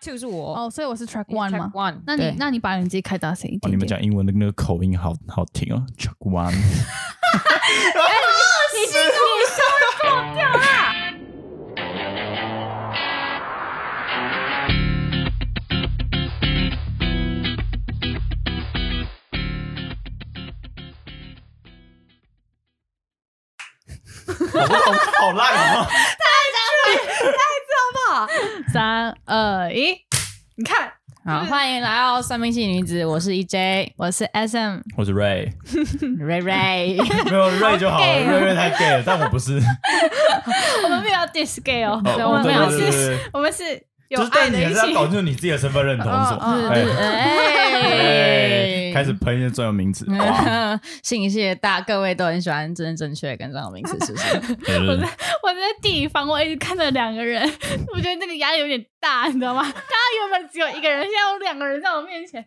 two 是我哦，所以我是 track one 嘛 Track。one，那你对那你把你自己开大声一哦，点你们点。讲英文的那个口音好好听哦，Chuck One。好好好烂哦！三二一，你看，好，欢迎来到算命系女子，我是 E EJ 我是 SM，我是 Ray，瑞瑞，没有 Ray 就好了 gay 哦，Ray Ray 太 gay 了，但我不是。我们没有要 disgale，哦哦 我们没有对对是，对对我们是有就是爱但你的还一是要起。搞清楚你自己的身份认同是什么。 哦哎哎 哎，开始喷一些专有名词。哇嗯信息大，各位都很喜欢真正确跟专有名词，是不 是？对对对 我在地方，我一直看着两个人， 我觉得那个压力有点大，你知道吗？大 家原本只有一个人，现在有两个人在我面前，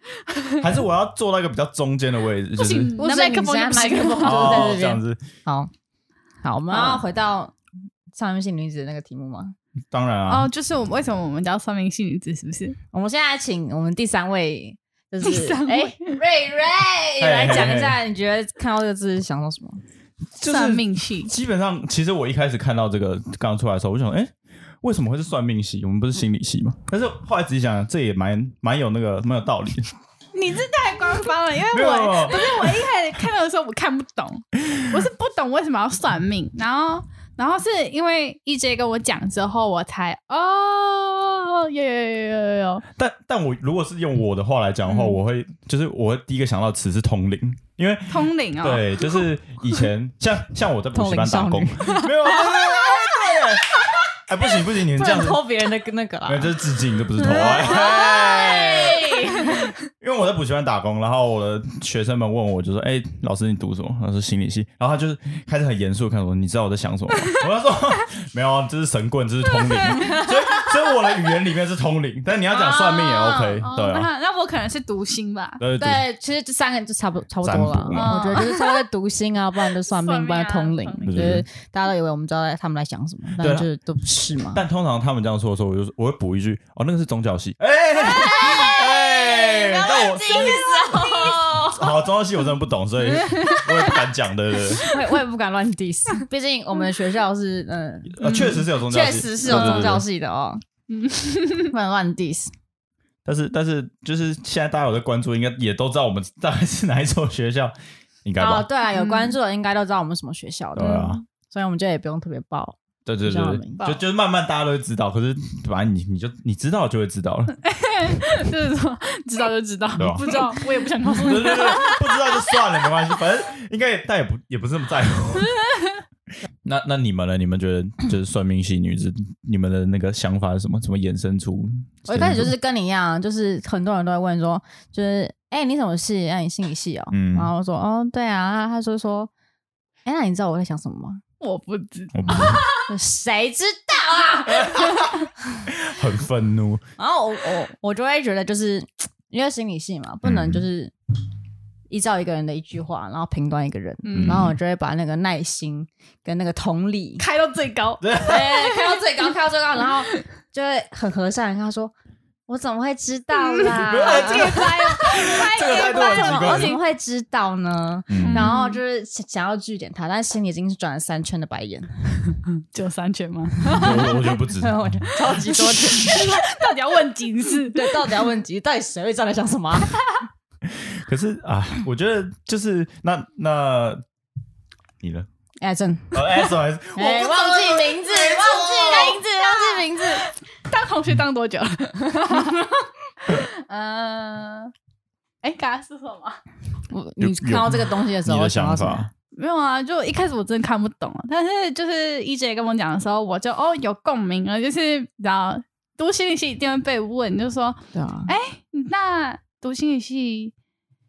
还是我要坐到一个比较中间的位置，就不是行，不那是麦克风你就现不在麦克风行。就是在哦这这边。样子。好，好，我们要好回到算命系女子那个题目吗？当然啊哦，，就是我们为什么我们叫算命系女子，是不是？我们现在请我们第三位，就第是三位哎瑞瑞嘿来讲一下，你觉得看到这个字想到什么？就是算命系基本上，其实我一开始看到这个刚出来的时候，我就想，哎、为什么会是算命系？我们不是心理 系吗？但是后来仔细想想，这也蛮蛮有那个蛮有道理的。你这太官方了，因为没有我不是我一开始看到的时候我看不懂，我是不懂为什么要算命，然后然后是因为 EJ 跟我讲之后，我才哦，有有有有有有，但但我如果是用我的话来讲的话，嗯我会就是我会第一个想到词是通灵，因为通灵哦， 对，就是以 前像像我在补习班打通工，灵没有，哎对，哎不行不行，你们这 样子，别人的那个没有这是致敬，这不是偷嗯哎。因为我在补习班打工，然后我的学生们问我，就说：“哎、老师你读什么？”他说：“心理系。”然后他就是开始很严肃地看着我，你知道我在想什么 吗？我就说：“没有啊，这是神棍，这是通灵。”所以，所以我的语言里面是通灵，但你要讲算命也 OK，、哦对啊，那那我可能是读心吧，对对对，其实这三个就差不多差不多占了嗯卜。嘛我觉得就是差不多在读心啊，不然就算算命，命不 然通灵啊。对就对对是大家都以为我们知道他们在想什么，但对啊就是都不是嘛。但通常他们这样说的时候，我就我会补一句：“哦，那个是宗教系。哎哎，但我哦好宗教系我真的不懂，所以 我也不敢讲，对对对。 我也我也不敢乱 diss，毕竟我们学校是嗯，呃，确实是有宗教确系，实是有宗对对对教对系的哦，嗯 不能乱 diss。但是但是就是现在大家有在关注，应该也都知道我们大概是哪一所学校，应该哦嗯吧？，对啊，有关注的应该都知道我们什么学校对的，啊，所以我们就也不用特别报。对对比较对明对，白就就是慢慢大家都会知道，可是反正你你就你知道就会知道了， 就是说知道就知道 对啊，不知 道我也不想告诉 对你。对对，对不知道就算了，没关系，反正应该也但也不也不是那么在乎。 那那你们呢？你们觉得就是算命系女子，你们的那个想法是什么？怎么衍生出？我一开始就是跟你一样，就是很多人都会问说，就是哎、你什么系？哎、你心理系哦。嗯然后我说哦，对啊。他就说，哎、那你知道我在想什么吗？我不知我不谁知道啊？很愤怒，然后我我我就会觉得，就是因为心理系嘛，不能嗯就是依照一个人的一句话，然后评断一个人。嗯然后我就会把那个耐心跟那个同理开到最高，对，开到最高，开到最高，然后就会很和善地跟他说：“我怎么会知道啦？ 没有这个这个太态度多很人奇怎么我怪怎。么会知道呢？” 嗯然后就是想想要据点他，但心里已经是转了三圈的白眼，只有三圈吗？嗯我我觉得不止， 我觉得超级多圈。 到底要问几次？对，到底要问几？到底谁会知道在想什么啊？可是啊，我觉得就是那那你呢？ 哎，真呃，SOS，我 哎，不忘记名字，忘记名字，忘记名字。 当同学当多久 了？嗯，哎，刚刚是什么？我有你看到这个东西的时你候，的想到想什么？法，没有啊，就一开始我真的看不懂啊，但是就是 EJ 跟我讲的时候，我就哦有共鸣了，就是然后读心理系一定会被问，就说对啊，那读心理系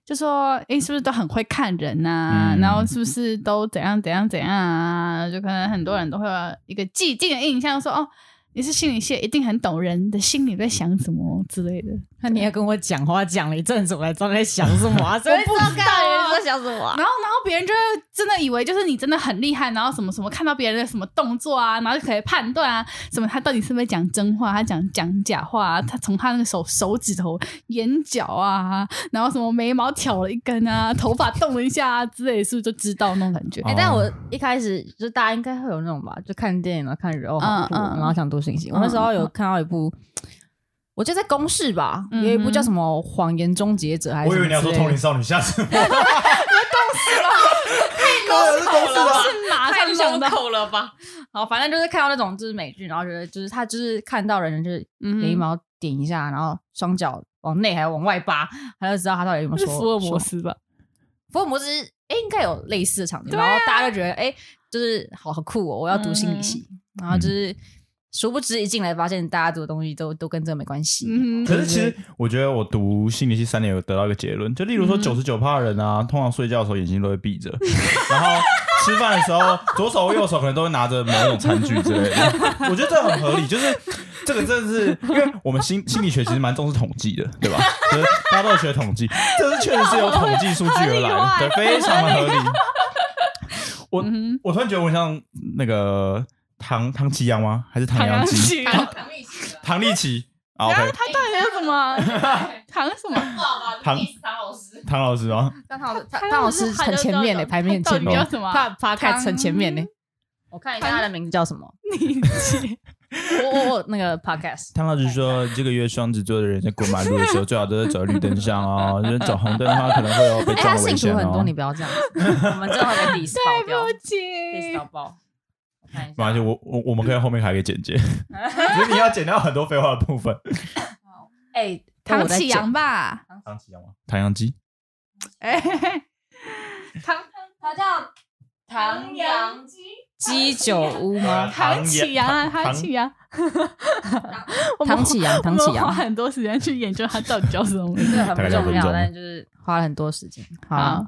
就说，诶，是不是都很会看人呐、啊？嗯然后是不是都怎样怎样怎样啊？就可能很多人都会有一个既定的印象说，哦，你是心理系，一定很懂人的心里在想什么之类的。 那你也跟我讲话讲了一阵子，我才知道你在想什么啊？谁会知道我不知道干嘛笑死我啊！然后，然后别人就会真的以为就是你真的很厉害，然后什么什么看到别人的什么动作啊，然后就可以判断啊，什么他到底是不是讲真话，他讲讲假话、啊，他从他那个手手指头、眼角啊，然后什么眉毛挑了一根啊，头发动了一下啊之类，是不是就知道那种感觉？ 哎、但哦我一开始就大家应该会有那种吧，就看电影然后看人哦好酷，嗯嗯然后想读信息。我那时候有看到一部，我记得在公视吧，有一嗯部叫什么《谎言终结者》还是我什么以为你要之说类《的通灵少女》下次，你动视了， 太动啊视都了，是马太上想胸到，口了吧？好，反正就是看到那种就是美剧，然后觉得就是他就是看到人就是嗯眉毛点一下，然后双脚往内还往外扒，他就知道他到底有没有是说福尔摩说斯吧？福尔摩斯，哎、应该有类似的场景，对啊嗯然后大家就觉得，哎、就是好好酷哦，我要读心理系，然嗯后就是殊不知一进来发现大家读的东西都都跟这个没关系，嗯哼，可是其实我觉得我读心理系三年有得到一个结论，就例如说九十九趴的人啊，通常睡觉的时候眼睛都会闭着， 然后吃饭的时候左手或右手可能都会拿着某种餐具之类的。我觉得这很合理，就是这个真的是因为我们心心理学其实蛮重视统计的，对吧？就是大家都有学统计，这是确实是有统计数据而 来的，对，非常的合理。我我突然觉得我像那个唐唐奇阳吗？还是唐阳基？奇，唐然唐立奇的，唐立奇。啊后 OK，他到底是什 么？唐什么？唐唐老师，唐老师啊。唐老师，唐唐老师很前面嘞，排名很到前底面叫，什么啊？他 p o d 很前面嘞。我看一下他的名字叫什么？ 你我我我那个 podcast，汤老师说，这个月双子座的人在过马路的时候，最好都是走绿灯上 哦。就是走红灯的话，可能会有被哎、撞他的危信险徒很多，哦你。不要这样子，我们真的会 被 diss 爆掉不，diss 起到，爆。我看一没关系，下，我我我们可以后面还可以剪 接，只是你要剪掉很多废话的部分。哎、 唐我在启讲阳吧？唐奇阳吗？唐阳基，哎，唐他叫唐阳鸡，鸡酒屋吗？唐启阳啊，唐唐启阳， 我们唐启阳，唐启我们花阳，很多时间去研究他到底叫什么名这字。个很大概不两重分钟要，但是就是花了很多时间。好好 啊，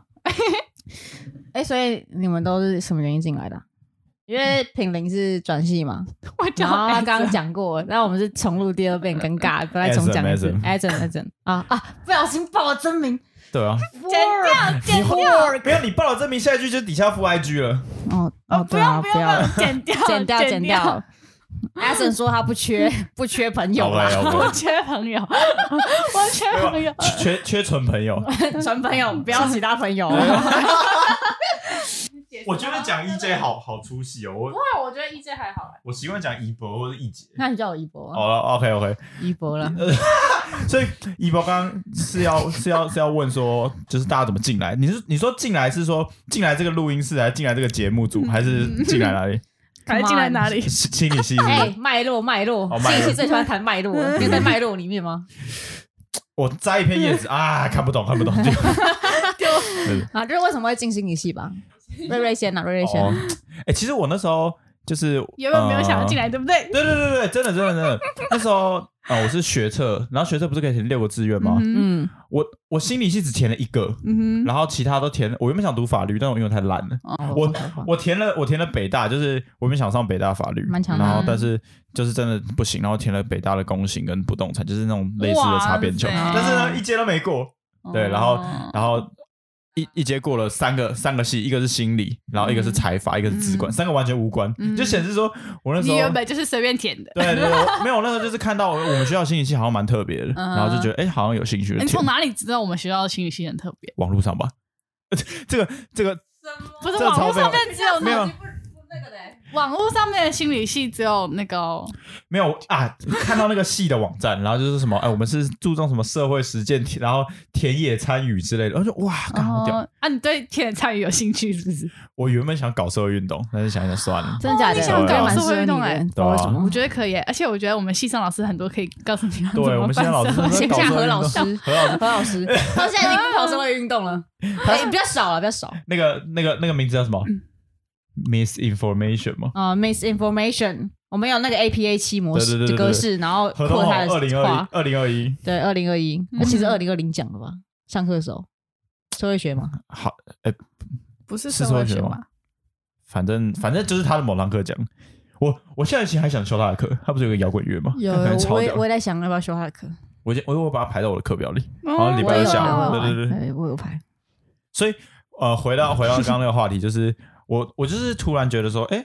哎，所以你们都是什么原因进来的啊？因为品玲是转系 嘛，我叫然后他 Ezra 刚刚讲过，那我们是重录第二遍，尴尬，不再重讲一次。a d a m a d a m 啊啊，不小心报了真名，对啊，剪掉，你后剪掉。没有哎你报了证明，下一句就是底下附 IG 了。哦哦，哦，不对啊，用不用，不要用， 剪掉，剪掉，剪掉 掉。。a d a m 说他不缺不缺朋友啦， OK，OK 我缺 朋友，我缺朋友。缺缺纯朋 友， 纯朋友，不要其他朋友哦。我觉得讲 EJ 好好出戏哦。我哇，我觉得 EJ 还好哎。我习惯讲怡博或者怡姐。 那你叫我一博，好了，OK OK，一博了。所以怡博刚刚是要 是要是要问说，就是大家怎么进来？你是你说进来是说进来这个录音室，还是进来这个节目组，还是进来哪里？还进来嗯哪里？心心理系是不哎、是？脉络脉络，嗯哦信脉息络嗯最喜欢谈脉络了，你有在脉络里面吗？我摘一片叶子啊，看不懂，看不 懂，就啊，就是为什么会进心理系吧？瑞瑞先啊，瑞瑞先，哦。哎，其实我那时候就是有没有没有想要进来？来，对不对？对对对对，真的真的真的，那时候啊，我是学测，然后学测不是可以填六个志愿吗？嗯嗯，我我心理系只填了一个，嗯然后其他都填。我原本想读法律，但我因为我太懒了。哦我我填了，我填了北大，就是我们想上北大法律，蛮强的啊然后但是就是真的不行，然后填了北大的公行跟不动产，就是那种类似的擦边球，哇塞但是呢一阶都没过，哼对，然后嗯哦然后一一阶过了三个三个系，一个是心理，然后一个是财阀，一个是资管，三个完全无关，嗯就显示说我那时你候原本就是随便填的。对对，我没有我那时候就是看到我们学校心理系好像蛮特别的，嗯然后就觉得哎、好像有兴趣就你填从哪里知道我们学校的心理系很特别？网络上吧， 这个这个不是这网超络没上有面只有没有那网络上面的心理系只有那个哦没有啊，看到那个系的网站，然后就是什么，哎，我们是注重什么社会实践，然后田野参与之类的，然后就哇，干好屌！哦啊，你对田野参与有兴趣是不是？我原本想搞社会运动，但是想一想算 了，真的啊假的？你哦想我觉得蛮适合你搞社会运动哎的，不知道为什对啊么我？觉得可以，而且我觉得我们系上老师很多可以告诉你要怎对我么们现办在老师社都会在请搞下社何会运老 动师，何老师何老师，他现在已经不跑社会运动了，他哎，比较少了，比较少那个那个那个名字叫什么？misinformation 吗？啊。Misinformation，我们有那个 APA 七模对式对对对格式，然后合同扩号他二零的二一话，，二零二一，对，二零二一，那其实嗯二零二零讲的吧？上课的时候，社会学嘛，好，不是是社社会会学学吗吧？反正反正就是他的某堂课讲。我我下学期还想修他的课，他不是有个摇滚乐吗？有他可能， 超我也屌我。也在想要不要修他的课。我已经我我把它排到我的课表里，哦好像礼我拜也二有下啊午，我有对对对，哎，我有拍。所以呃，回到回到刚刚那个话题，就是我我就是突然觉得说，哎、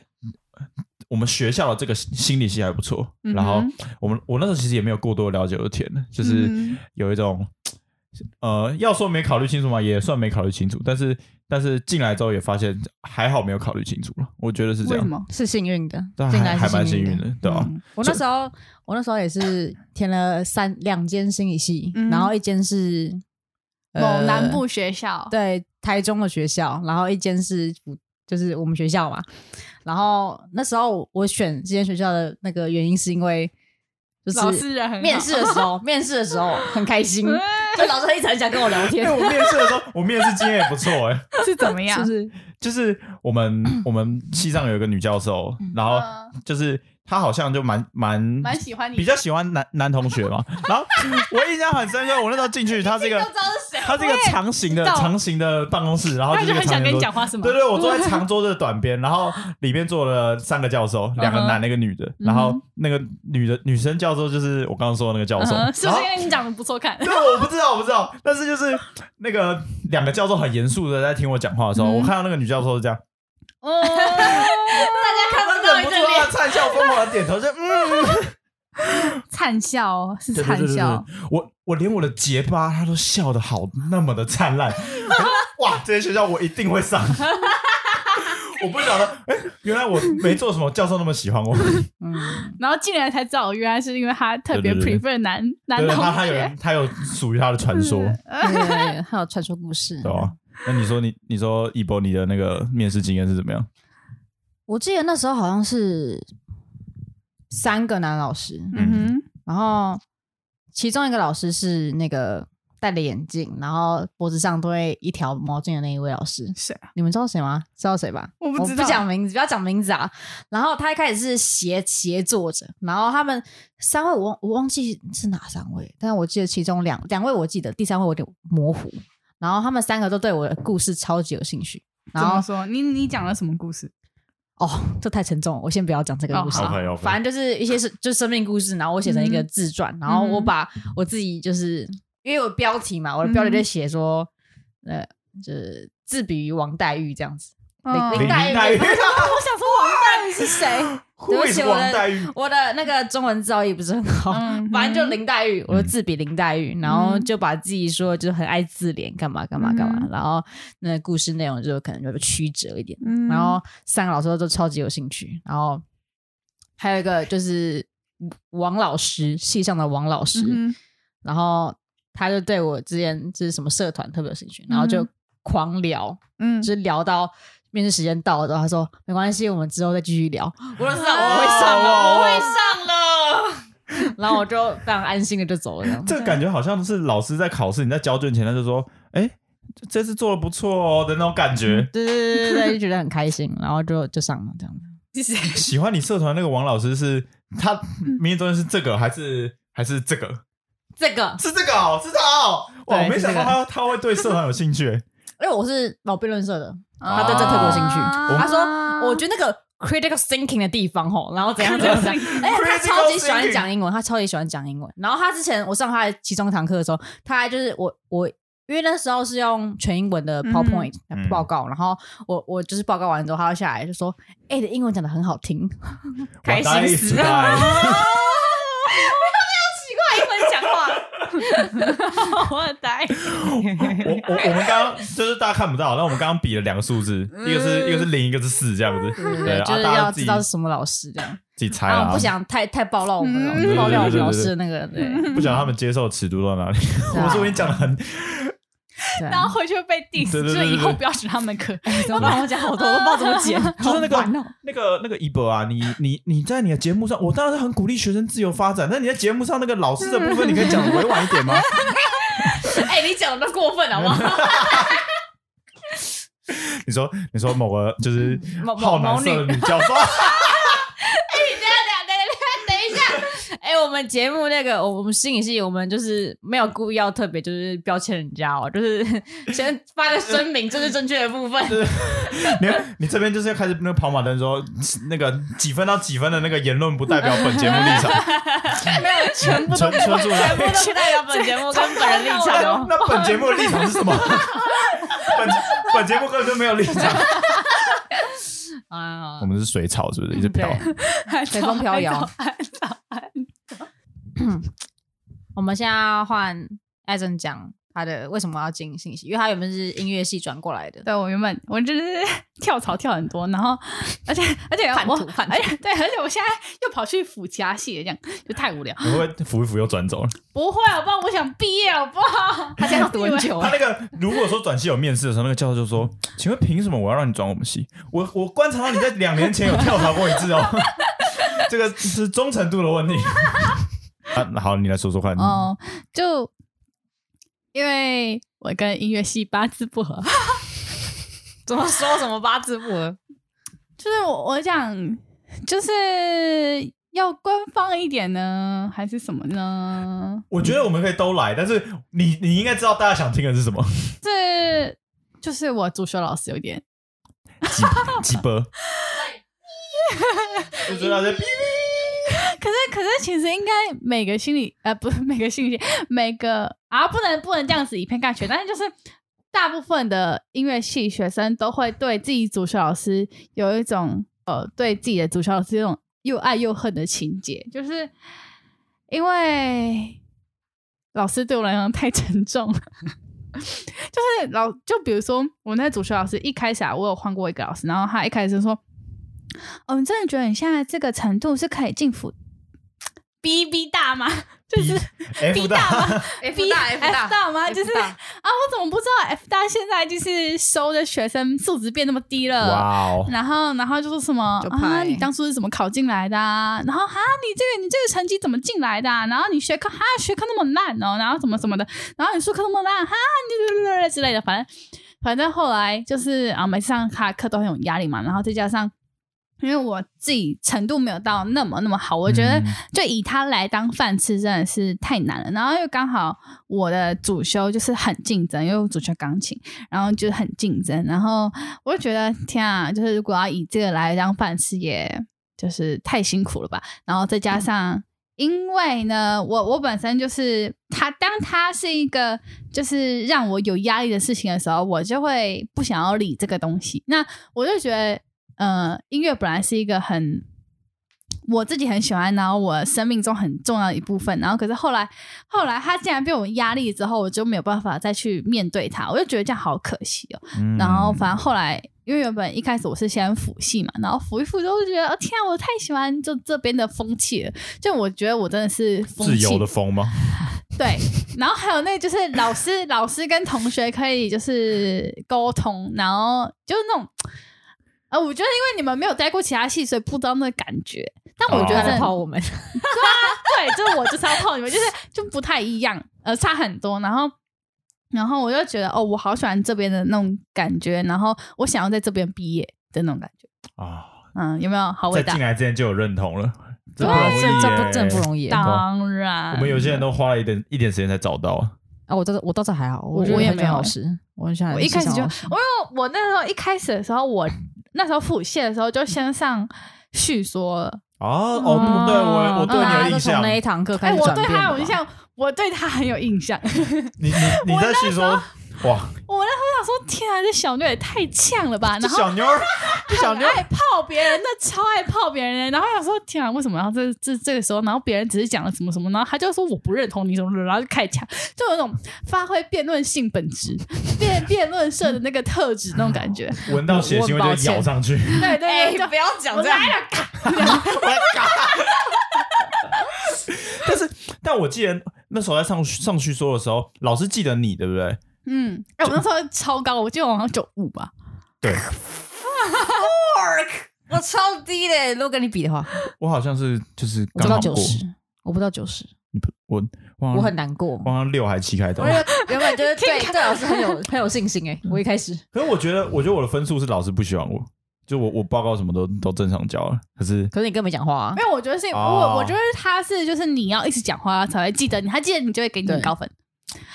我们学校的这个心心理系还不错，嗯哼然后我们我那时候其实也没有过多了解我的天呢，就是嗯有一种。呃，要说没考虑清楚嘛，也算没考虑清楚。但是，但是进来之后也发现还好没有考虑清楚了，我觉得是为这什样。么？是幸运的，对啊进来还还蛮是幸运的的，对啊嗯我那时候，我那时候也是填了三两间心理系，嗯然后一间是呃某南部学校，对台中的学校，然后一间是辅就是我们学校嘛。然后那时候我选这间学校的那个原因是因为就是老师人很好面试的时候，面试的时候很开心， 就老师一直很想跟我聊因天为，我面试的时候，我面试经验也不错哎、是怎么是样不？是？就是 我们我们西藏有一个女教授，然后嗯就是她好像就蛮蛮蛮喜欢你，比较喜欢男男同 学嘛。然后我印象很深刻，我那时候进去，她是一都个知道是谁，她是一个长形的知道长形的办公室，然后他就是就一个很想长跟形你桌讲话是吗？对对，我坐在长桌子的短边，然后里面坐了三个教嗯授，两个男的，一个女的。然后那个女的女生教授就是我刚刚说的那个教授，嗯是然不后是因为你长得不错看？对，我不知道，我不知道。但是就是那个两个教授很严肃的在听我讲话的时候，嗯我看到那个女教授是这样， 哦，大家看她不到忍你不的住要脸，灿笑，疯狂的点头，就嗯，灿笑哦，是对对灿对对对笑，，我我连我的结巴她都笑的好那么的灿烂，我说哇，这些学校我一定会上。我不晓得，哎、原来我没做什么，教授那么喜欢我，嗯，然后进来才知道，原来是因为他特别对对对 prefer 男男对，同他他学嗯有。他有属于他的传说，呃对还有传说故事，对啊吧？那你说你你说一博你的那个面试经验是怎么样？我记得那时候好像是三个男老师，嗯然后其中一个老师是那个戴着眼镜，然后脖子上都会一条毛巾的那一位老师，谁啊？你们知道谁吗？知道谁吧？我不我知不道讲名字，不要讲名字啊。然后他一开始是斜斜坐着，然后他们三位我忘我忘记是哪三位，但我记得其中两两位我记得，第三位我有点模糊。然后他们三个都对我的故事超级有兴趣，怎然后么说？你你讲了什么故事？哦，这太沉重了，我先不要讲这个哦故事。好 OK，OK 反正就是一些是就是生命故事，然后我写成嗯一个自传，然后我把我自己就是因为我标题嘛，我的标嗯题就写说，呃，就是自比于王黛玉这样子。林林哦黛玉，黛玉 我想说王黛玉是 谁？对 Who 不 is 起，我王黛的玉我的那个中文造诣不是很好。嗯反正就林黛玉，我就自比林黛玉，然后就把自己说就是很爱自怜，干嘛干嘛干嘛，嗯然后那故事内容就可能就曲折一点，嗯然后三个老师都超级有兴趣，然后还有一个就是王老师，系上的王老师，嗯哼然后他就对我之前就是什么社团特别有兴趣，然后就嗯狂聊，嗯就是聊到面试时间到了之后，他说没关系，我们之后再继续聊。 我就知道啊我会上哇了，我会上了。 然后我就非常安心的就走了这样子。这个感觉好像是老师在考试，你在交卷前他就说：“哎，这次做的不错哦”的那种感觉。对对对对对，就觉得很开心，然后就就上了这样子。是谁？喜欢你社团那个王老师是他嗯名字中间是这个还是还是这个？这个，是这个哦，是他哦！哇，对我没想到他他会对社团有 兴趣。因为我是老辩论社的，啊他对这特别有兴趣。啊他说，我觉得那个 critical thinking 的地方吼，然后怎 样怎样怎样。哎、他超级喜欢讲英文，他超级喜欢讲英文。然后他之前我上他的其中一堂课的时候，他还就是我我。因为那时候是用全英文的 PowerPoint 嗯来报告，然后我我就是报告完之后，他就下来就说：“哎、你的英文讲的很好听，开心死我答应了！”我答应 我呆，我我我们刚刚就是大家看不到，那我们刚刚比了两个数字，一个是一个是零，一个是四，这样子。 对，嗯对，啊就是大家要自知己道是什么老师这样。自己哎猜啊，啦我不，想太太暴露我们嗯爆料我们对对对对对老师的那个对 不想他们接受尺度到哪里。嗯对啊 我说你讲的很对啊。然后回去会被 diss，对对对所以以对后对不要选他们课。怎么办？我讲好多，我都不知道怎么剪， 就是那个好烦哦那个那个一博啊，你你你在你的节目上，我当然是很鼓励学生自由发展。那你在节目上那个老师的部分，你可以讲得委婉一点吗？ 哎，你讲的都过分好不好？你说你说某 个就是某某好男色的女教授，等一下，哎、我们节目那个，我我们心理系，我们就是没有故意要特别就是标签人家哦，就是先发个声明，这是正确的部分。 你你这边就是要开始那个跑马灯说那个几分到几分的那个言论不代表本节目立 场，没有，全部纯纯属来全部都不代表本节目跟本人立场 那哦。 那本节目的立场是什么？本本节目根本就没有立 场。啊我，们是水草，是不是一直飘？对 随风飘摇。我们现在要换艾珍讲他的为什么要进信息，因为他原本是音乐系转过来的。 对我原本我就是跳槽跳很多，然后而且而且叛我徒叛徒而且对，而且我现在又跑去辅其他系了，这样就太无聊。你会不会扶一扶又转走了？不会，好不好？我想毕业，好不好？ 他现在读很久他那个如果说转系有面试的时候，那个教授就说：“请问凭什么我要让你转我们系？我我观察到你在两年前有跳槽过一次哦， 这个是忠诚度的问题。” 啊，好，你来说说看。 哦，就因为我跟音乐系八字不合，怎么说什么八字不合？就是我我想就是要官方一点呢，还是什么呢？我觉得我们可以都来，但是你你应该知道大家想听的 是什么，这就是我主修老师有点鸡鸡波。我觉得在 可是，可是，其实应该每个心理，呃，不是每个心理，每个啊，不能不能这样子以偏概全。但是就是大部分的音乐系学生都会对自己主修老师有一种呃，对自己的主修老师有一种又爱又恨的情节，就是因为老师对我来讲太沉重了。 就是老，就比如说我那主修老师一开始啊，我有换过一个老师，然后他一开始就说：“哦，你真的觉得你现在这个程度是可以进辅 B B 大 吗？就是 F 哎 大， B 大 F 大吗？就是 F 啊，大我怎么不知道 F 大现在就是收的学生素质变那么低了？哇哦！然后，然后就说什么就啊？派你当初是怎么考进来的、啊？然后啊，你这个你这个成绩怎么进来的、啊？然后你学科哈、啊、学科那么烂哦，然后怎么怎么的？然后你数科那么烂哈、你就之类的，反正反正后来就是啊，每次上他课都很有压力嘛，然后再加上因为我自己程度没有到那么那么好，我觉得嗯就以他来当饭吃真的是太难了。然后又刚好我的主修就是很竞争，因为我主修钢琴，然后就很竞争。然后我就觉得天啊，就是如果要以这个来当饭吃，也就是太辛苦了吧。然后再加上。因为呢，我我本身就是他，当他是一个就是让我有压力的事情的时候，我就会不想要理这个东西。那我就觉得，呃，音乐本来是一个很我自己很喜欢，然后我生命中很重要的一部分。然后可是后来，后来他竟然被我压力之后，我就没有办法再去面对他，我就觉得这样好可惜哦。嗯然后反正后来，因为原本一开始我是先辅系嘛，然后辅一辅之后就觉得，哦天啊，我太喜欢就这边的风气了，就我觉得我真的是风自气由的风吗？对，然后还有那个就是老师，老师跟同学可以就是沟通，然后就是那种，呃，我觉得因为你们没有待过其他系，所以不知道那个感觉。但我觉得哦他真在的、泡我们，对，就是我就是要泡你们，就是就不太一样，呃，差很多。然后，然后我就觉得哦，我好喜欢这边的那种感觉，然后我想要在这边毕业的那种感觉。啊，嗯，有没有好在伟大啊进？来之前就有认同了，这不容易这这不耶这不容易。啊，当然，我们有些人都花了一点一点时间才找到。啊啊我倒是我倒是还好，我觉得我也很没有老师，欸我很喜欢我一开始就，欣赏老我师因为我那时候一开始的时候，我那时候腹泻的时候就先上叙说了，哦哦，嗯不对，我我对哦大家你都有印从象那。一堂课开哎，始我转对变他了有印吧。象，我对他很有印象。你你你在叙说，哇， 我那时候想说，天啊，这小妞也太呛了 吧！这然后小妞儿，这小妞儿，爱泡别 人，那超爱泡别人。然后想说，天啊，为什么？然后这这这个时候，然后别人只是讲了什么什么，然后他就说我不认同你什么什么，然后就开始呛，就有那种发挥辩论性本质、辩辩论社的那个特质那种感觉。闻到血腥味就咬上去。对对对，就哎要讲我来样，了，嘎但是，但我记得那时候在上上叙说的时候，老师记得你，对不对？嗯，哎、我那时候超高，我记得我好像九五吧。对，我超低的。欸如果跟你比的话，我好像是就是我不刚到好九过，嗯十，我不到九十，我我我很，难过。我好像六还七开头我。原原本就是 对对老师很有很有信心哎，我一开始可是我觉得，我觉得我的分数是老师不喜欢我，就我我报告什么都都正常交了，可是可是你根本没讲话啊没，有，我觉得是、哦我，我觉得他是就是你要一直讲话才会记得你，他记得你就会给你对很高分。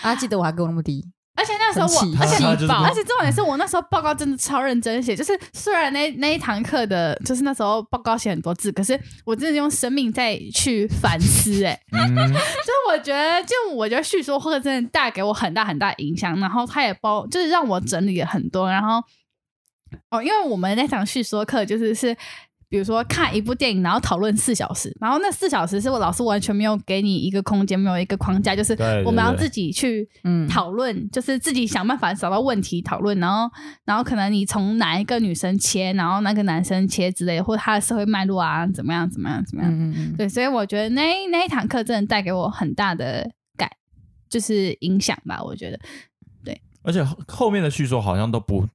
啊，记得我还跟我那么低，而且那时候很气我，而且他他就是而不且重点是我那时候报告真的超认真写，就是虽然那那一堂课的，就是那时候报告写很多字，可是我真的用生命在去反思、欸，哎， 嗯，就是我觉得，就我觉得叙说会真的带给我很大很大影响，然后它也包就是让我整理了很多，然后哦，因为我们那场叙说课就是是。比如说看一部电影，然后讨论四小时，然后那四小时是我老师完全没有给你一个空间，没有一个框架，就是对对我们要对自己去嗯讨论，就是自己想办法找到问题讨论，然后然后可能你从哪一个女生切，然后那个男生切之类，或者他的社会脉络啊，怎么样怎么样怎么 样，嗯 嗯嗯，对，所以我觉得那一那一堂课真的带给我很大的改，就是影响吧，我觉得而且后后面的叙说好像都不，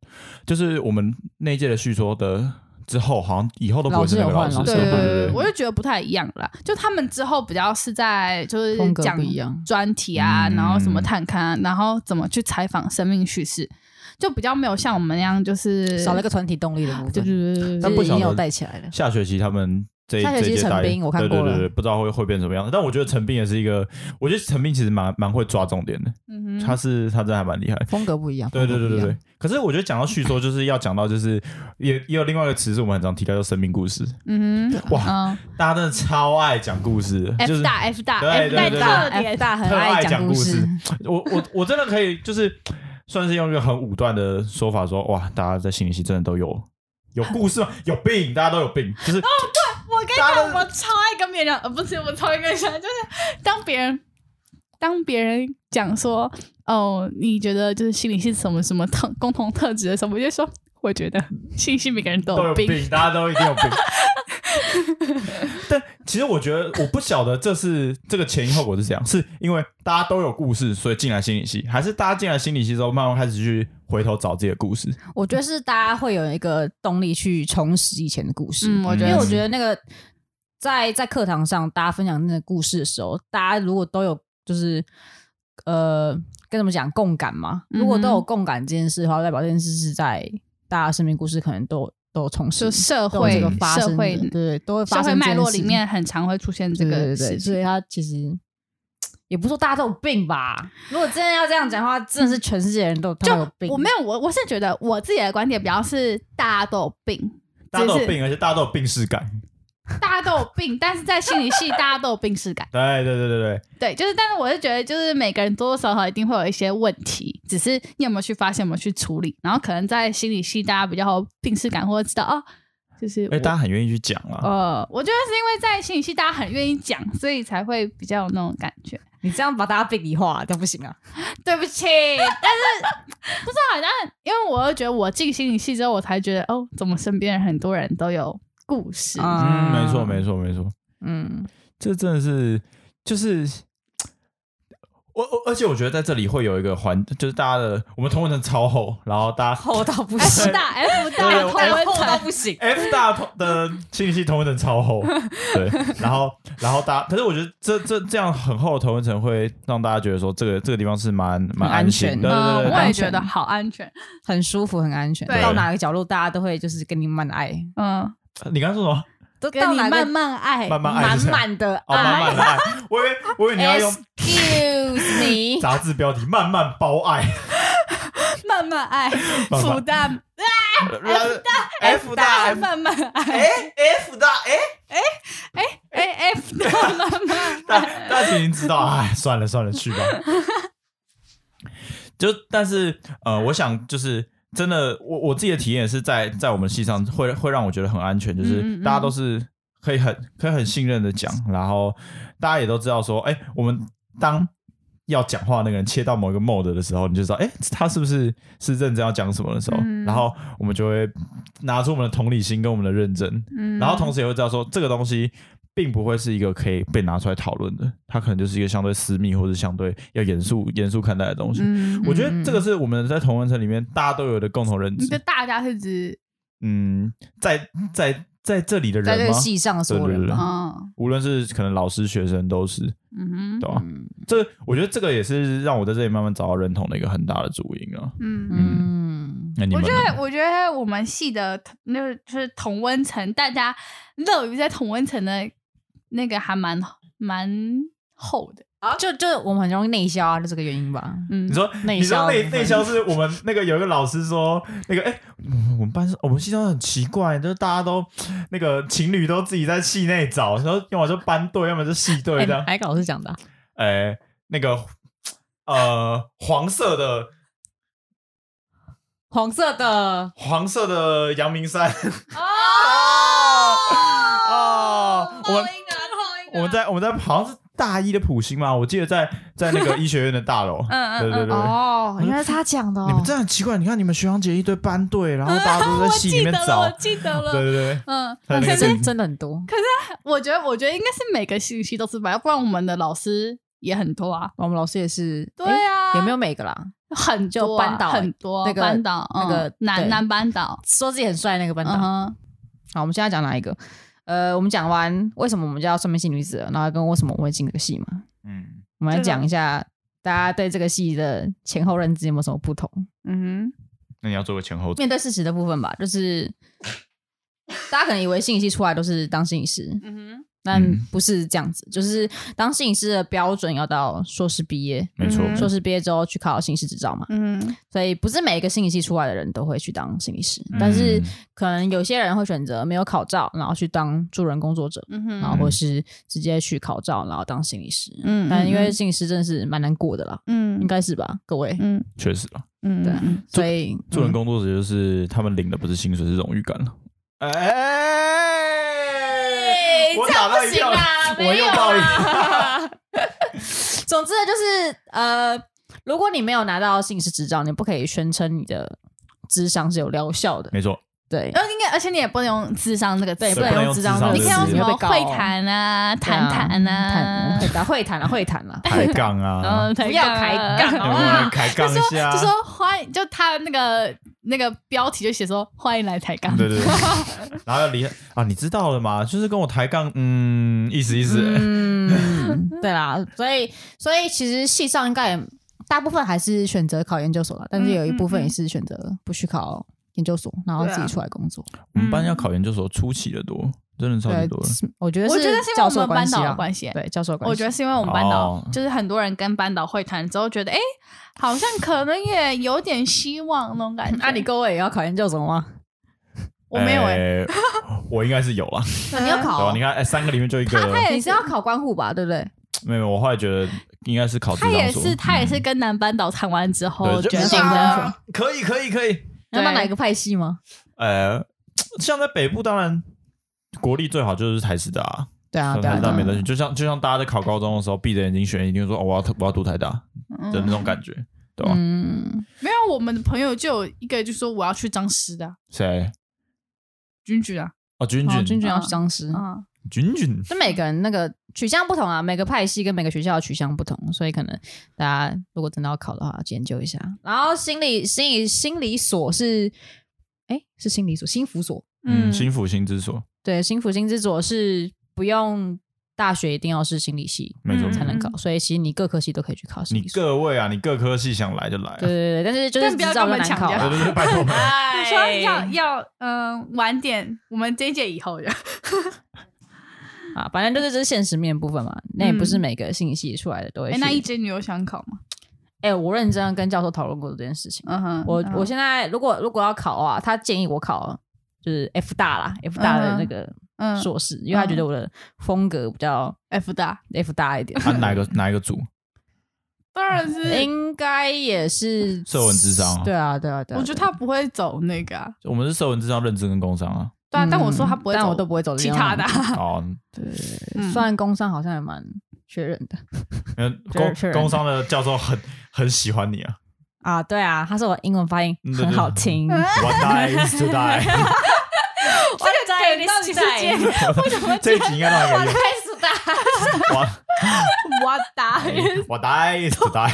就是我们那一届的叙说的之后，好像以后都不会是那个老老师，师有换老对对师有换对我对，就觉得不太一样了。就他们之后比较是在就是风格讲不一样专题啊，嗯然后什么探勘、啊，然后怎么去采访生命叙事，就比较没有像我们那样就是少了一个团体动力的部就分，是但但不不小晓得心有带起来了。下学期他们这一下学期这一届陈大一斌我看过对对了对对，不知道会会变什么样，但我觉得陈斌也是一个，我觉得陈斌其实蛮蛮会抓重点的，嗯他哼，是他真的还蛮厉害。风格不一样，对对风格对哦不一对样对，，可是我觉得讲到叙说，就是要讲到就是也也有另外一个词是我们很常提到，叫生命故事。嗯哼，哇，嗯大家真的超爱讲故事的，就，F 是大 F 大对 F 对大对特，F 点，大很特爱爱讲讲故事。我我我真的可以，就是算是用一个很武断的说法说，哇，大家在心理系真的都有有故事吗？有病，大家都有病，哦就是我跟你大家讲，都我超爱跟别人讲，呃，不是我超爱跟人讲，就是当别人当别人讲说，哦，你觉得就是心理是什么什么特共同特质的时候，我就说，我觉得心理系每个人都都有有病。病，大家都一定有 病。但其实我觉得，我不晓得这是这个前因后果是怎样，是因为大家都有故事，所以进来心理系，还是大家进来心理系之后，慢慢开始去回头找自己的故事？我觉得是大家会有一个动力去重拾以前的故事，嗯，我觉因为得我是觉得那个在在课堂上大家分享那个故事的时候，大家如果都有就是呃跟怎么讲共感嘛，嗯哼如果都有共感这件事的话，代表这件事是在大家生命故事可能都有都有重就拾，社都有这会个发社生的，会对对，都会发社会生这件脉络事里面，很常会出现这对个对事对，所情。以他其实。也不说大家都有病吧。如果真的要这样讲的话，真的是全世界人都都就有病。我没有我我是觉得我自己的观点比较是大家都有病，大家就都有是病，而且大家都有病视感。大家都有病，但是在心理系大家都有病耻感。对对对对对，对，就是，但是我是觉得，就是每个人多多少少一定会有一些问题，只是你有没有去发现，有没有去处理，然后可能在心理系大家比较有病耻感，或者知道哦，就是而且哎大我家很愿意去讲啊。呃，我觉得是因为在心理系大家很愿意讲，所以才会比较有那种感觉。你这样把大家病理化，这样不行啊！对不起，但是不知道，啊但因为我又觉得我进心理系之后，我才觉得哦，怎么身边很多人都有故事，啊嗯，没错没错没错，嗯，这真的是就是。我我而且我觉得在这里会有一个环，就是大家的我们同文层超厚，然后大家厚到不 F 行，哎大 F 大对同我温厚到层，不行。 F 大同的信息同文层超 厚，对，然后然后大，可是我觉得这这这样很厚的同文层会让大家觉得说这个这个地方是蛮蛮安心很安全的，嗯，哦对对对我也安觉全得好安全，很舒服，很安全。对到哪个角落，大家都会就是跟你慢爱，嗯，对。你刚刚说什么？都跟到你哪慢个慢爱，哎慢慢爱满是满的哦，慢慢爱。的爱，我以为我以为你要用 Excuse me，杂志标题“慢慢包爱慢慢爱， 慢复旦 ”，F 大 F 慢慢爱，哎 F 大哎，哎 F 大慢慢大 大家已 经知道，哎，算了算了，去吧。 就但是呃，我想就是真的，我我自己的体验也是在在我们系上会会让我觉得很安全，就嗯嗯是嗯大家都是可以很可以很信任的讲，然后大家也都知道说，哎、我们当。要讲话那个人切到某一个 mode 的时候，你就知道，哎、他是不是是认真要讲什么的时候，嗯然后我们就会拿出我们的同理心跟我们的认真，嗯然后同时也会知道说，这个东西并不会是一个可以被拿出来讨论的，它可能就是一个相对私密或者相对要严肃严肃看待的东西。嗯我觉得这个是我们在同文层里面大家都有的共同认你的知。大家是指嗯，在在在这里的在这人个吗？戏上的所有人对对对吧，嗯无论是可能老师、学生都是，嗯对哼吧、这我觉得这个也是让我在这里慢慢找到认同的一个很大的主因啊。嗯。嗯，那你我们觉呢？得，我觉得我们系的那就是同温层，大家乐于在同温层的那个还蛮蛮厚的，就就我们很容易内销啊，就这个原因吧。嗯，你，说，内你说销内的部分内销是我们那个有一个老师说，那个哎、我们班上我们系上很奇怪，就是大家都那个情侣都自己在系内找，然后要么就班队，要么就系队这样。海港是讲的啊，哎、那个呃黄色的黄色的黄色的阳明山哦，我们 我们在我们在好像是大一的普星嘛，我记得在在那个医学院的大楼嗯嗯 对对对。哦，原来是他讲的哦。你们这样很奇怪，你看你们学长姐一堆班队，然后大家都在嗯哦我系里记面得了，找，我记得对了。对对，嗯，还有那可个是政真的很多，我觉得，我觉得应该是每个星期都是吧，要不然我们的老师也很多啊，我们老师也是，对诶啊有没有每个啦？很就多啊班导很多那个班导，那个嗯男对男班导，说自己很帅那个班导。嗯哼好，我们现在讲哪一个？呃，我们讲完为什么我们叫算命系女子了，然后跟为什么我们会进这个系嘛，嗯，我们来对啊讲一下大家对这个系的前后认知有没有什么不同？嗯那你要做个前后面对事实的部分吧，就是大家可能以为心理系出来都是当心理师哼，嗯哼，但嗯不是这样子，就是当心理师的标准要到硕士毕业，没错，嗯硕士毕业之后去考心理师执照嘛，嗯所以不是每一个心理系出来的人都会去当心理师，但是可能有些人会选择没有考照，然后去当助人工作者，嗯哼然后或是直接去考照，然后当心理师。嗯但因为心理师真的是蛮难过的啦，嗯应该是吧，各位。嗯确实了，嗯对嗯所以助人嗯工作者就是他们领的不是薪水，是荣誉感了。哎哎我这样打到不行一票，啦，我没有用到一啊 啦。总之呢，就是呃，如果你没有拿到心理师执照，你不可以宣称你的智商是有疗效的。没错，对，啊呃，应该，而且你也不能用智商这个对，词不不能能用智智商商这你个这可词，以用什个词你会么被告会哦谈啊、对啊谈谈啊谈，会谈会谈啊，会谈啊，抬杠啊，嗯，不要抬 杠要好不不然好？抬啊就杠一说下就，说欢迎，就他那个那个标题就写说欢迎来抬杠，嗯对 对对，然后要离啊，你知道了吗？就是跟我抬杠，嗯，意思意思，嗯， 对啦，所以所以其实系上应该也大部分还是选择考研究所了，但是有一部分也是选择不去考研究所，然后自己出来工作。我们班嗯要考研究所出奇的多，真的超级对多，是我觉得我觉得是是因为教我授们班系导的啊，关系，对教授关系。我觉得是因为我们班导、哦就是很多人跟班导会谈之后，觉得哎、诶好像可能也有点希望那种 感觉。啊，你各位也要考研究所吗？我没有哎、哎， 我应该是有啦， 你要对吧？考你，看，哎，三个里面就一个，他也你是要考官护吧，对不对？没有，我后来觉得应该是考智他也商所嗯是，他也是跟男班导谈完之后哦对，就决定的。啊可以可以可以，你要当对哪一个派系吗？呃，像在北部，当然国力最好就是台师大啊，对啊，对台啊师对大啊，没得选。就像就像大家在考高中的时候，闭着眼睛选，一定说、哦、我要我要读台大的那种感觉，对吧？嗯，没有，我们的朋友就有一个就说我要去张师的啊谁？君君啊，哦，君哦君君君君要去当师，嗯，君君，就每个人那个取向不同啊，每个派系跟每个学校的取向不同，所以可能大家如果真的要考的话，研究一下。然后心理心理心理所是，哎，是心理所，心辅所，嗯，嗯心辅心之所，对，心辅心之所是不用大学一定要是心理系没错。才能考，嗯所以其实你各科系都可以去考心你理所。各位啊，你各科系想来就来、啊，对对对，对但是就是但不要执照就跟我们难抢考就啊好对对，拜托们。就说要要嗯、晚点，我们这一届以后的，啊，反正就是这是现实面部分嘛，那也不是嗯每个信息出来的都会哎、去。那一届你有想考吗？哎、我认真地跟教授讨论过这件事情。嗯哼，我嗯我现在如果如果要考啊，他建议我考就是 F 大啦，F 大的那个嗯硕士，因为他觉得我的风格比较 F 大 F 大一点，他、哪一个 哪一个组？当然是，应该也是社文智商啊对啊，对啊，对啊。我觉得对啊他不会走那个、啊，我们是社文智商、认知跟工商 啊。对啊，但嗯我说他不会走，但我都不会走这其样他的啊，哦，嗯虽然工商好像也蛮确认的呃确工确认工商的教授很很喜欢你啊。啊，对啊，他说我英文发音嗯对很对好听， What dies to die？ 我在这个到底是在接这一集应该让人我有开始打， 哇。我打我 die to die。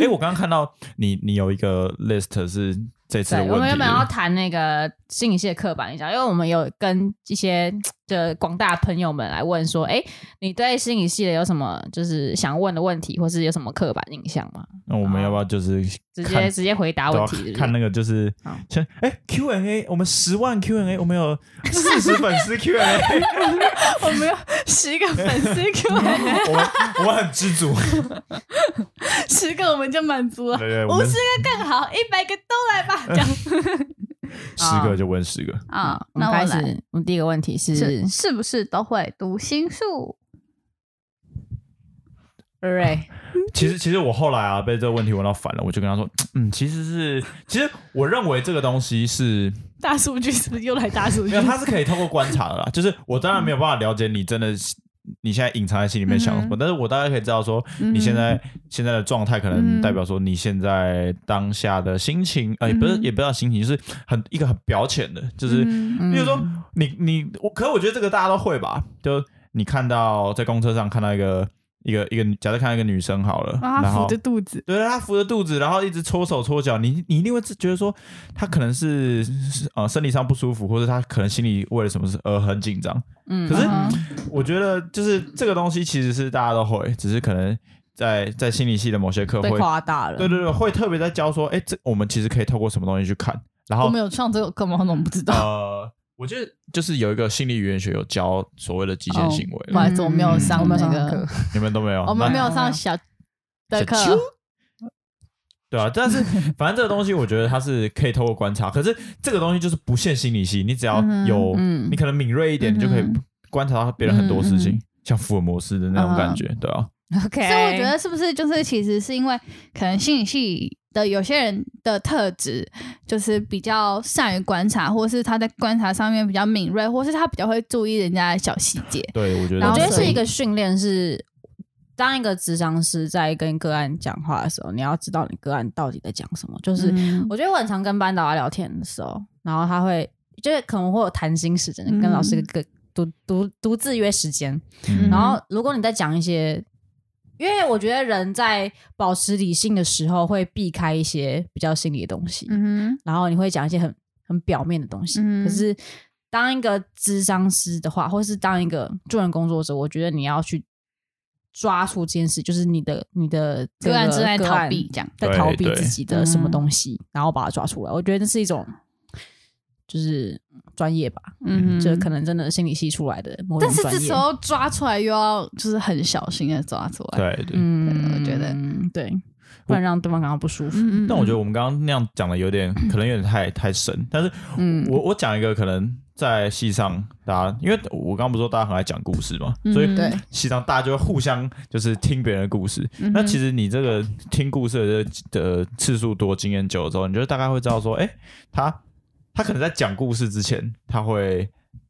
哎、我刚刚看到你，你有一个 list 是这次的对，问题。我们原本要谈那个心理系的刻板印象，因为我们有跟一些的广大朋友们来问说，哎，你对心理系的有什么就是想问的问题，或是有什么刻板印象吗？那我们要不要就是直看接直接回答对问啊题是不是看那个就是好先哎 Q&A，我们十万 Q&A，我们有四十粉丝 Q&A， 我们有十个粉丝 Q， 我们我们很知足，十个我们就满足对了。对，我五们十个更好，一百个都来 吧，这样嗯十个就问十个，啊，哦我们开始，我们第一个问题是是是不是都会读心术？ Ray，其实，其实我后来啊被这个问题问到烦了，我就跟他说，嗯，其实是，其实我认为这个东西是 大数据是不是又来大数 没据有，？它是可以透过观察的啦。就是我当然没有办法了解你真的是你现在隐藏在心里面想什嗯么，但是我大概可以知道说你现在、现在的状态可能代表说你现在当下的心情，呃，也不是嗯也不叫心情，就是很一个很表浅的，就是。 嗯嗯比如说你你我，可是我觉得这个大家都会吧？就你看到在公车上看到一个一个一个，假设看到一个女生好了，啊，然扶后着肚子，对，他扶着肚子，然后一直搓手搓脚，你你一定会自觉得说，他可能是是呃生理上不舒服，或者他可能心里为了什么事而很紧张。嗯可是嗯我觉得就是这个东西其实是大家都会，只是可能在在心理系的某些课被会，夸大了，对对对，会特别在教说，哎，这我们其实可以透过什么东西去看，然后我们有上这个课吗？我怎么不知道？呃，我觉得就是有一个心理语言学有教所谓的极限行为不了，好意思，我没有嗯我上没那有上个课，你们都没有，我们那没有上小的课。小对啊，但是反正这个东西，我觉得它是可以透过观察。可是这个东西就是不限心理系，你只要有，嗯你可能敏锐一点，你就可以嗯观察到别人很多事情，嗯像福尔摩斯的那种感觉，对啊。 ，OK，所以我觉得是不是就是其实是因为可能心理系的有些人的特质就是比较善于观察，或是他在观察上面比较敏锐，或是他比较会注意人家的小细节。对，我觉得然我后觉得所是以一个训练，是当一个咨商师在跟个案讲话的时候，你要知道你个案到底在讲什么。就是、嗯我觉得我很常跟班导啊在聊天的时候，然后他会就是可能会有谈心时间，嗯跟老师个独独独自约时间。嗯然后如果你在讲一些，因为我觉得人在保持理性的时候，会避开一些比较心理的东西。嗯然后你会讲一些很很表面的东西。嗯可是当一个智商师的话，或是当一个助人工作者，我觉得你要去抓出这件事，就是你的你的嗯哼，个案正在个逃案避，这样。在逃避对对自己的嗯什么东西，然后把它抓出来。我觉得这是一种就是专业吧，嗯这可能真的心理系出来的某种但是专这业。时候抓出来又要就是很小心的抓出来。对啊对。嗯，对我觉得对，不然让对方感到不舒服。嗯，嗯嗯。但我觉得我们刚刚那样讲的有点， 可能有点太太深。但是嗯我我讲一个可能在戏上，大家因为我刚刚不是说大家很爱讲故事嘛，嗯所以对戏上大家就会互相就是听别人的故事。嗯哼那其实你这个听故事的的次数多、经验久了之后，你就大概会知道说，哎、他他可能在讲故事之前，他会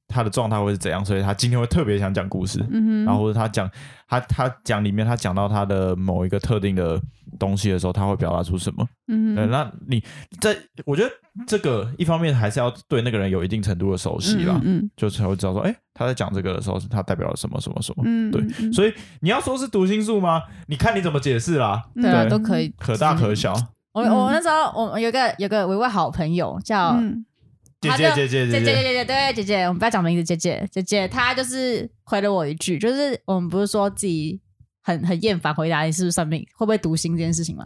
他的状态会是怎样，所以他今天会特别想讲故事。嗯哼，然后或者他讲他他讲里面他讲到他的某一个特定的东西的时候，他会表达出什么？嗯对，哼，那你在我觉得这个一方面还是要对那个人有一定程度的熟悉啦，嗯就才会知道说，哎、他在讲这个的时候，他代表了什么什么什么。嗯，嗯对，嗯所以你要说是读心术吗？你看你怎么解释啦，对啊，嗯对都可以。可大可小。我我那时候我们有一个有一个我有一位好朋友叫嗯姐他姐就姐姐姐姐姐姐，姐对姐姐，我们不要讲名字，姐姐姐姐，她就是回了我一句，就是我们不是说自己很很厌烦回答你是不是算命，会不会读心这件事情嘛？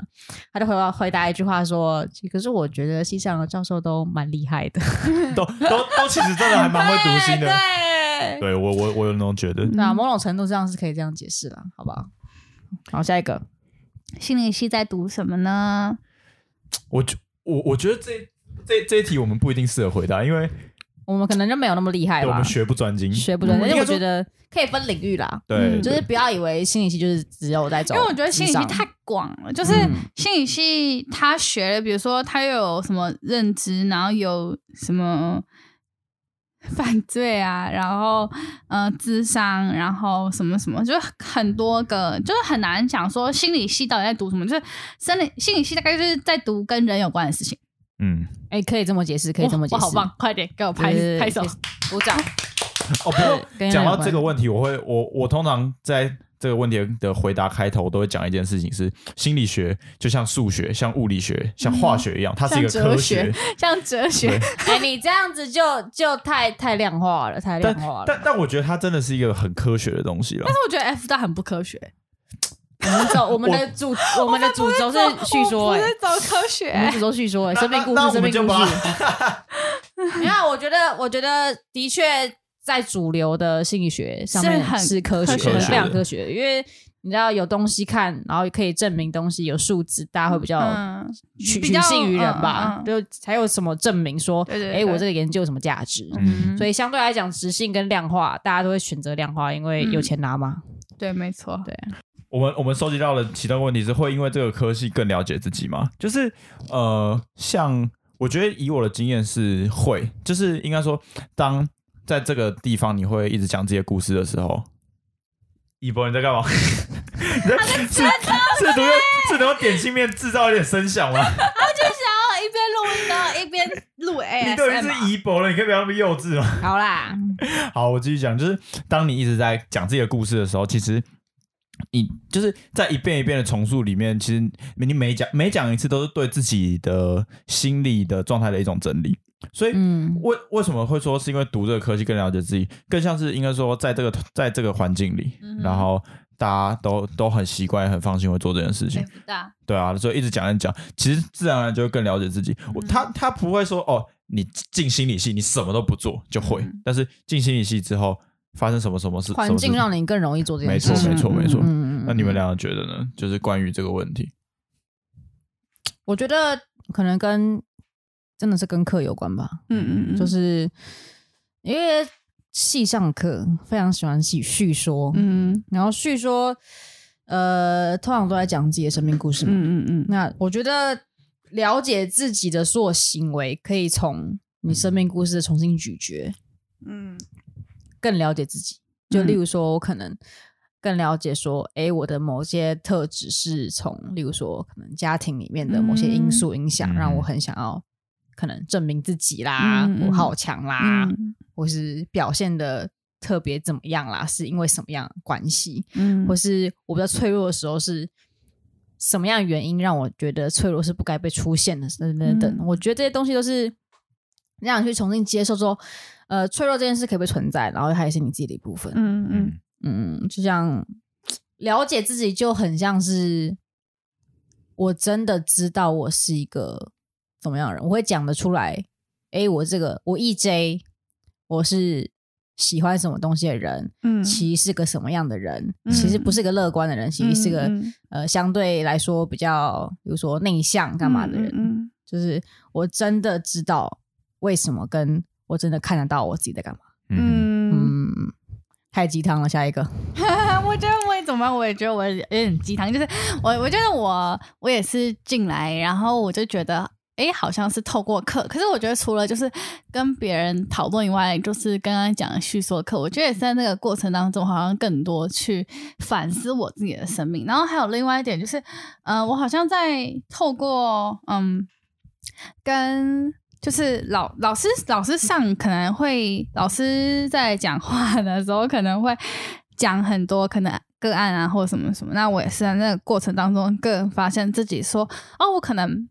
她就回我回答一句话说，可是我觉得西上的教授都蛮厉害的，都都都其实真的还蛮会读心的。 对，对我我我有那种觉得，对啊，某种程度上是可以这样解释啦，好不好？好，下一个，心理系在读什么呢？我就我我觉得这这这一题我们不一定适合回答，因为我们可能就没有那么厉害对我吧们，学不专精。学不准，嗯但是应我该说觉得可以分领域啦，对，嗯就是不要以为心理系就是只有在走，因为我觉得心理系太广了，就是嗯心理系他学了，比如说他又有什么认知，然后有什么 犯罪啊，然后呃智商，然后什么什么，就是很多个，就是很难讲说心理系到底在读什么，就是生理心理系大概就是在读跟人有关的事情。嗯，哎，可以这么解释，可以这么解哇释，我好棒，快点给我拍对对对拍手。鼓掌。哦，不过 跟人有讲到关这个问题，我会我我通常在这个问题的回答开头都会讲一件事情是：心理学就像数学、像物理学、像化嗯学一样，它是一个像哲科学 像哲学对，哎，你这样子就就太太量化了，太量但化了，但但我觉得它真的是一个很科学的东西了但。是我觉得 F 大很不科学，我们 走，我们的主，我们的主轴是叙说，我哎 不，是走科学、我们主轴叙说，哎，那生命故那那事，我生们命就故把事。 没有，啊我觉得，我觉得的确在主流的心理学上面是很是科学科学的，的非常科学的，因为你知道有东西看，然后可以证明东西，有数字，大家会比较嗯，取比取较信于人吧嗯，嗯就才有什么证明说，对对哎，对我这个研究有什么价值？嗯所以相对来讲，直性跟量化，大家都会选择量化，因为有钱拿嘛。对，没错，对我们我们收集到的其他问题是会因为这个科系更了解自己吗？就是呃，像我觉得以我的经验是会，就是应该说，当在这个地方你会一直讲自己的故事的时候，一博你在干 嘛？你在欸试试图用试图用点心面制造一点声响吗？然后一边录音，然后一边录 A，你都已经是一博了，你可以不要那么幼稚吗？好啦，好，我继续讲，就是当你一直在讲自己的故事的时候，其实你就是在一遍一遍的重述里面，其实你每讲每讲一次都是对自己的心理的状态的一种整理。所以嗯，为为什么会说是因为读这个科技更了解自己，更像是应该说在这个在这个环境里，然后大家都都很习惯、很放心会做这件事情。 F 大，对啊，所以一直讲一讲，其实自然而然就会更了解自己。嗯我他他不会说哦，你进心理系你什么都不做就会，但是进心理系之后发生什么什么事，嗯环境什么让你更容易做这件没事错情。没错没错嗯事那你们两个觉得呢？就是关于这个问题，我觉得可能跟真的是跟课有关吧，嗯嗯嗯，就是因为系上课非常喜欢叙叙说，嗯然后叙说，呃，通常都在讲自己的生命故事嘛。嗯嗯嗯，那我觉得了解自己的所有行为，可以从你生命故事重新咀嚼，嗯更了解自己。就嗯例如说，我可能更了解说，诶，我的某些特质是从，例如说，可能家庭里面的某些因素影响，嗯让我很想要可能证明自己啦，嗯嗯我好强啦，嗯或是表现的特别怎么样啦，是因为什么样的关系，嗯或是我比较脆弱的时候是。什么样的原因让我觉得脆弱是不该被出现的？等等等，嗯我觉得这些东西都是让你去重新接受说，呃，脆弱这件事可以被存在，然后它也是你自己的一部分。嗯嗯嗯，就像了解自己，就很像是我真的知道我是一个怎么样的人，我会讲得出来。诶，我这个我 EJ，我是喜欢什么东西的人，嗯，其实是个什么样的人，嗯其实不是个乐观的人，其实是个、嗯嗯呃相对来说比较，比如说内向干嘛的人，嗯就是我真的知道为什么，跟我真的看得到我自己在干嘛。嗯，嗯，嗯，太鸡汤了，下一个。我觉得我也怎么办？我也觉得我有点鸡汤，就是我我觉得我我也是进来，然后我就觉得。诶，好像是透过课，可是我觉得除了就是跟别人讨论以外，就是刚刚讲的叙说课，我觉得也是在那个过程当中，好像更多去反思我自己的生命。然后还有另外一点就是，呃，我好像在透过嗯，跟就是老老师老师上可能会老师在讲话的时候可能会讲很多可能个案啊或者什么什么。那我也是在那个过程当中更发现自己说哦，我可能。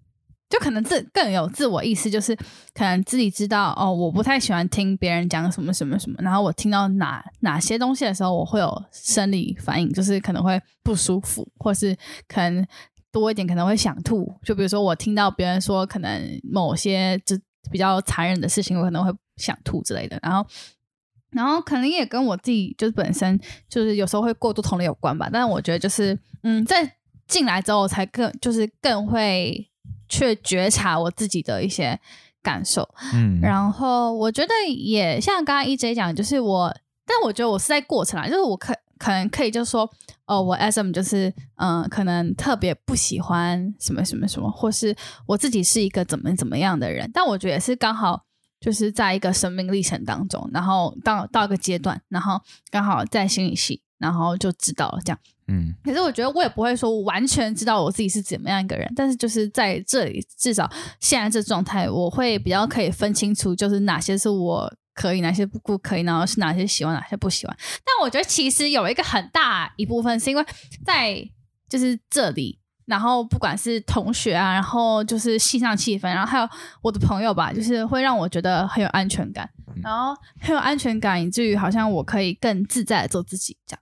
就可能自更有自我意识，就是可能自己知道哦，我不太喜欢听别人讲什么什么什么，然后我听到哪哪些东西的时候，我会有生理反应，就是可能会不舒服，或是可能多一点可能会想吐。就比如说我听到别人说可能某些就比较残忍的事情，我可能会想吐之类的。然后，然后可能也跟我自己就是本身就是有时候会过度同理有关吧。但是我觉得就是嗯，在进来之后才更就是更会去觉察我自己的一些感受。嗯然后我觉得也像刚刚 EJ 讲，就是我，但我觉得我是在过程啊，就是我可可能可以就说，哦，我 SM 就是，嗯、可能特别不喜欢什么什么什么，或是我自己是一个怎么怎么样的人，但我觉得也是刚好。就是在一个生命历程当中，然后到到一个阶段，然后刚好在心理系，然后就知道了这样。嗯可是我觉得我也不会说我完全知道我自己是怎么样一个人，但是就是在这里，至少现在这状态，我会比较可以分清楚，就是哪些是我可以，哪些不不可以，然后是哪些喜欢，哪些不喜欢。但我觉得其实有一个很大一部分是因为在就是这里，然后不管是同学啊，然后就是系上气氛，然后还有我的朋友吧，就是会让我觉得很有安全感，嗯然后很有安全感，以至于好像我可以更自在的做自己这样。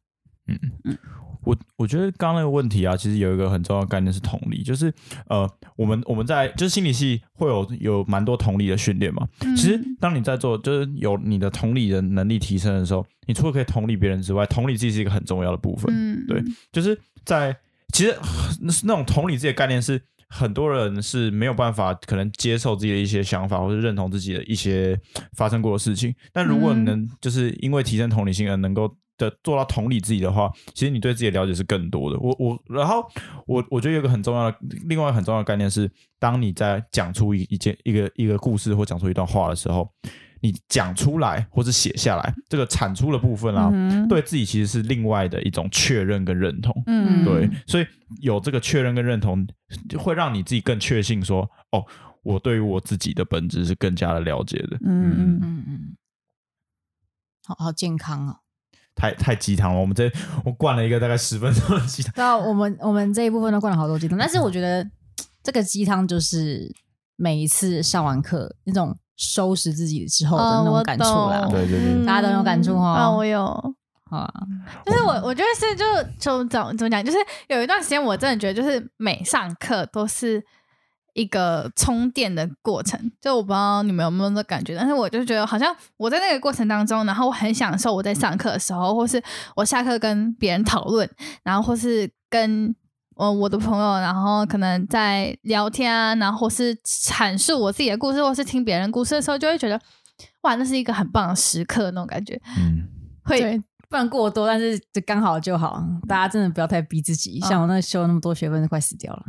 我我觉得刚刚那个问题啊，其实有一个很重要的概念是同理，就是呃，我们我们在就是心理系会有有蛮多同理的训练嘛。嗯其实当你在做就是有你的同理的能力提升的时候，你除了可以同理别人之外，同理自己是一个很重要的部分。嗯对就是在其实那是那种同理自己的概念是很多人是没有办法可能接受自己的一些想法，或是认同自己的一些发生过的事情。但如果你能就是因为提升同理心而能够的做到同理自己的话，其实你对自己的了解是更多的。我我然后我我觉得有一个很重要的另外一个很重要的概念是，当你在讲出一一件一个一个故事或讲出一段话的时候。你讲出来或是写下来，这个产出的部分啊，嗯对自己其实是另外的一种确认跟认同。嗯对，所以有这个确认跟认同，会让你自己更确信说，哦，我对于我自己的本质是更加的了解的。嗯嗯，嗯嗯，好好健康哦。太太鸡汤了，我们这我灌了一个大概十分钟的鸡汤。对啊，我们我们这一部分都灌了好多鸡汤，但是我觉得这个鸡汤就是每一次上完课那种收拾自己之后的那哦种我感触啦懂。对对对大家都有感触哦嗯啊，我有。好啊，就是我，我觉得是就就怎么怎么讲，就是有一段时间我真的觉得，就是每上课都是一个充电的过程。就我不知道你们有没有这感觉，但是我就觉得好像我在那个过程当中，然后我很享受我在上课的时候，或是我下课跟别人讨论，然后或是跟。呃，我的朋友，然后可能在聊天啊，然后或是阐述我自己的故事，或是听别人故事的时候，就会觉得，哇，那是一个很棒的时刻，那种感觉，嗯，会对，不然过多，但是就刚好就好。嗯大家真的不要太逼自己，像我那修那么多学分，快死掉 了。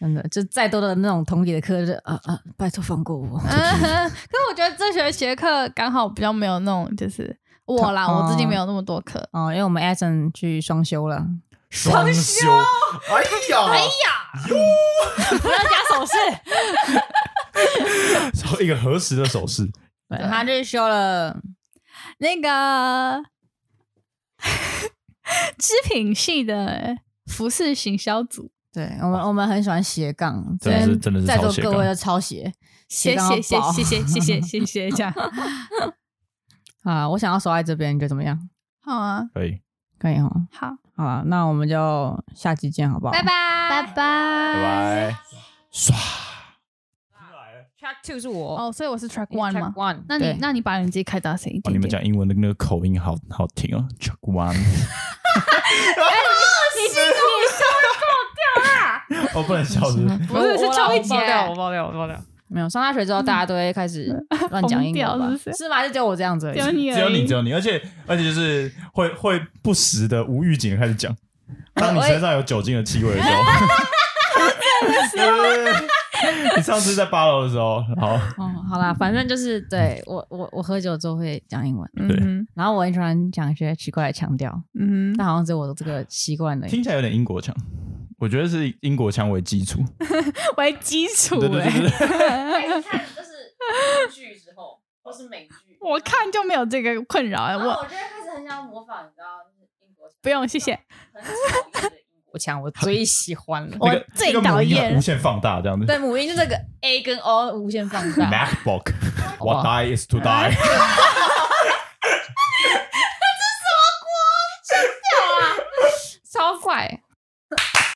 真的，就再多的那种同理的课，就啊啊，拜托放过 我。嗯，可是我觉得这学期的课刚好比较没有那种，就是我啦，哦我最近没有那么多课。哦，因为我们 Action 去双修了，双休，哎呀，哎呀，不要加手势。一个合十的手势， 对，他就是修了，那个织品系的服饰行销组，对我们我们很喜欢斜杠，真的是所以真的是在超座斜各杠位的抄斜，谢杠到谢谢爆 谢谢谢谢谢谢这样，啊！我想要守在这边，你觉得怎么样？好啊，可以，可以哈，好，好了，那我们就下期见，好不好？拜拜拜拜拜。拜，唰。 Track Two 是我哦，所以我是 track one 吗？ One，那你那你把你自己开大声一哦，点你点。们讲英文的那个口音好好听哦，Chuck One。哦，不能笑是不是？不是是超邱一一杰杰，爆料，我爆料。没有上大学之后，大家都会开始乱讲英文吧嗯疯掉是不是是吗？就只有我这样子而已只。有你而已，只有你，只有你，而且而且就是会会不时的无预警地开始讲，当你身上有酒精的气味的时候。你上次在八楼的时候，好，哦，好啦，反正就是对我我我喝酒之后会讲英文，嗯哼然后我很喜欢讲一些奇怪的腔调，嗯哼，但好像只有我的这个习惯而已。听起来有点英国腔，我觉得是以英国腔为基础。为基础对对对哎。对对，看就是英剧之后，或是美剧我看就没有这个困扰、哎，我觉得开始很想模仿，你知道，英国不用谢谢，很讨厌的英国 腔，我最喜欢了。 我那个最那个母音讨厌很无限放大这样子。对，母音就这个 A 跟 O 无限放大。 MacBook，What die is to die。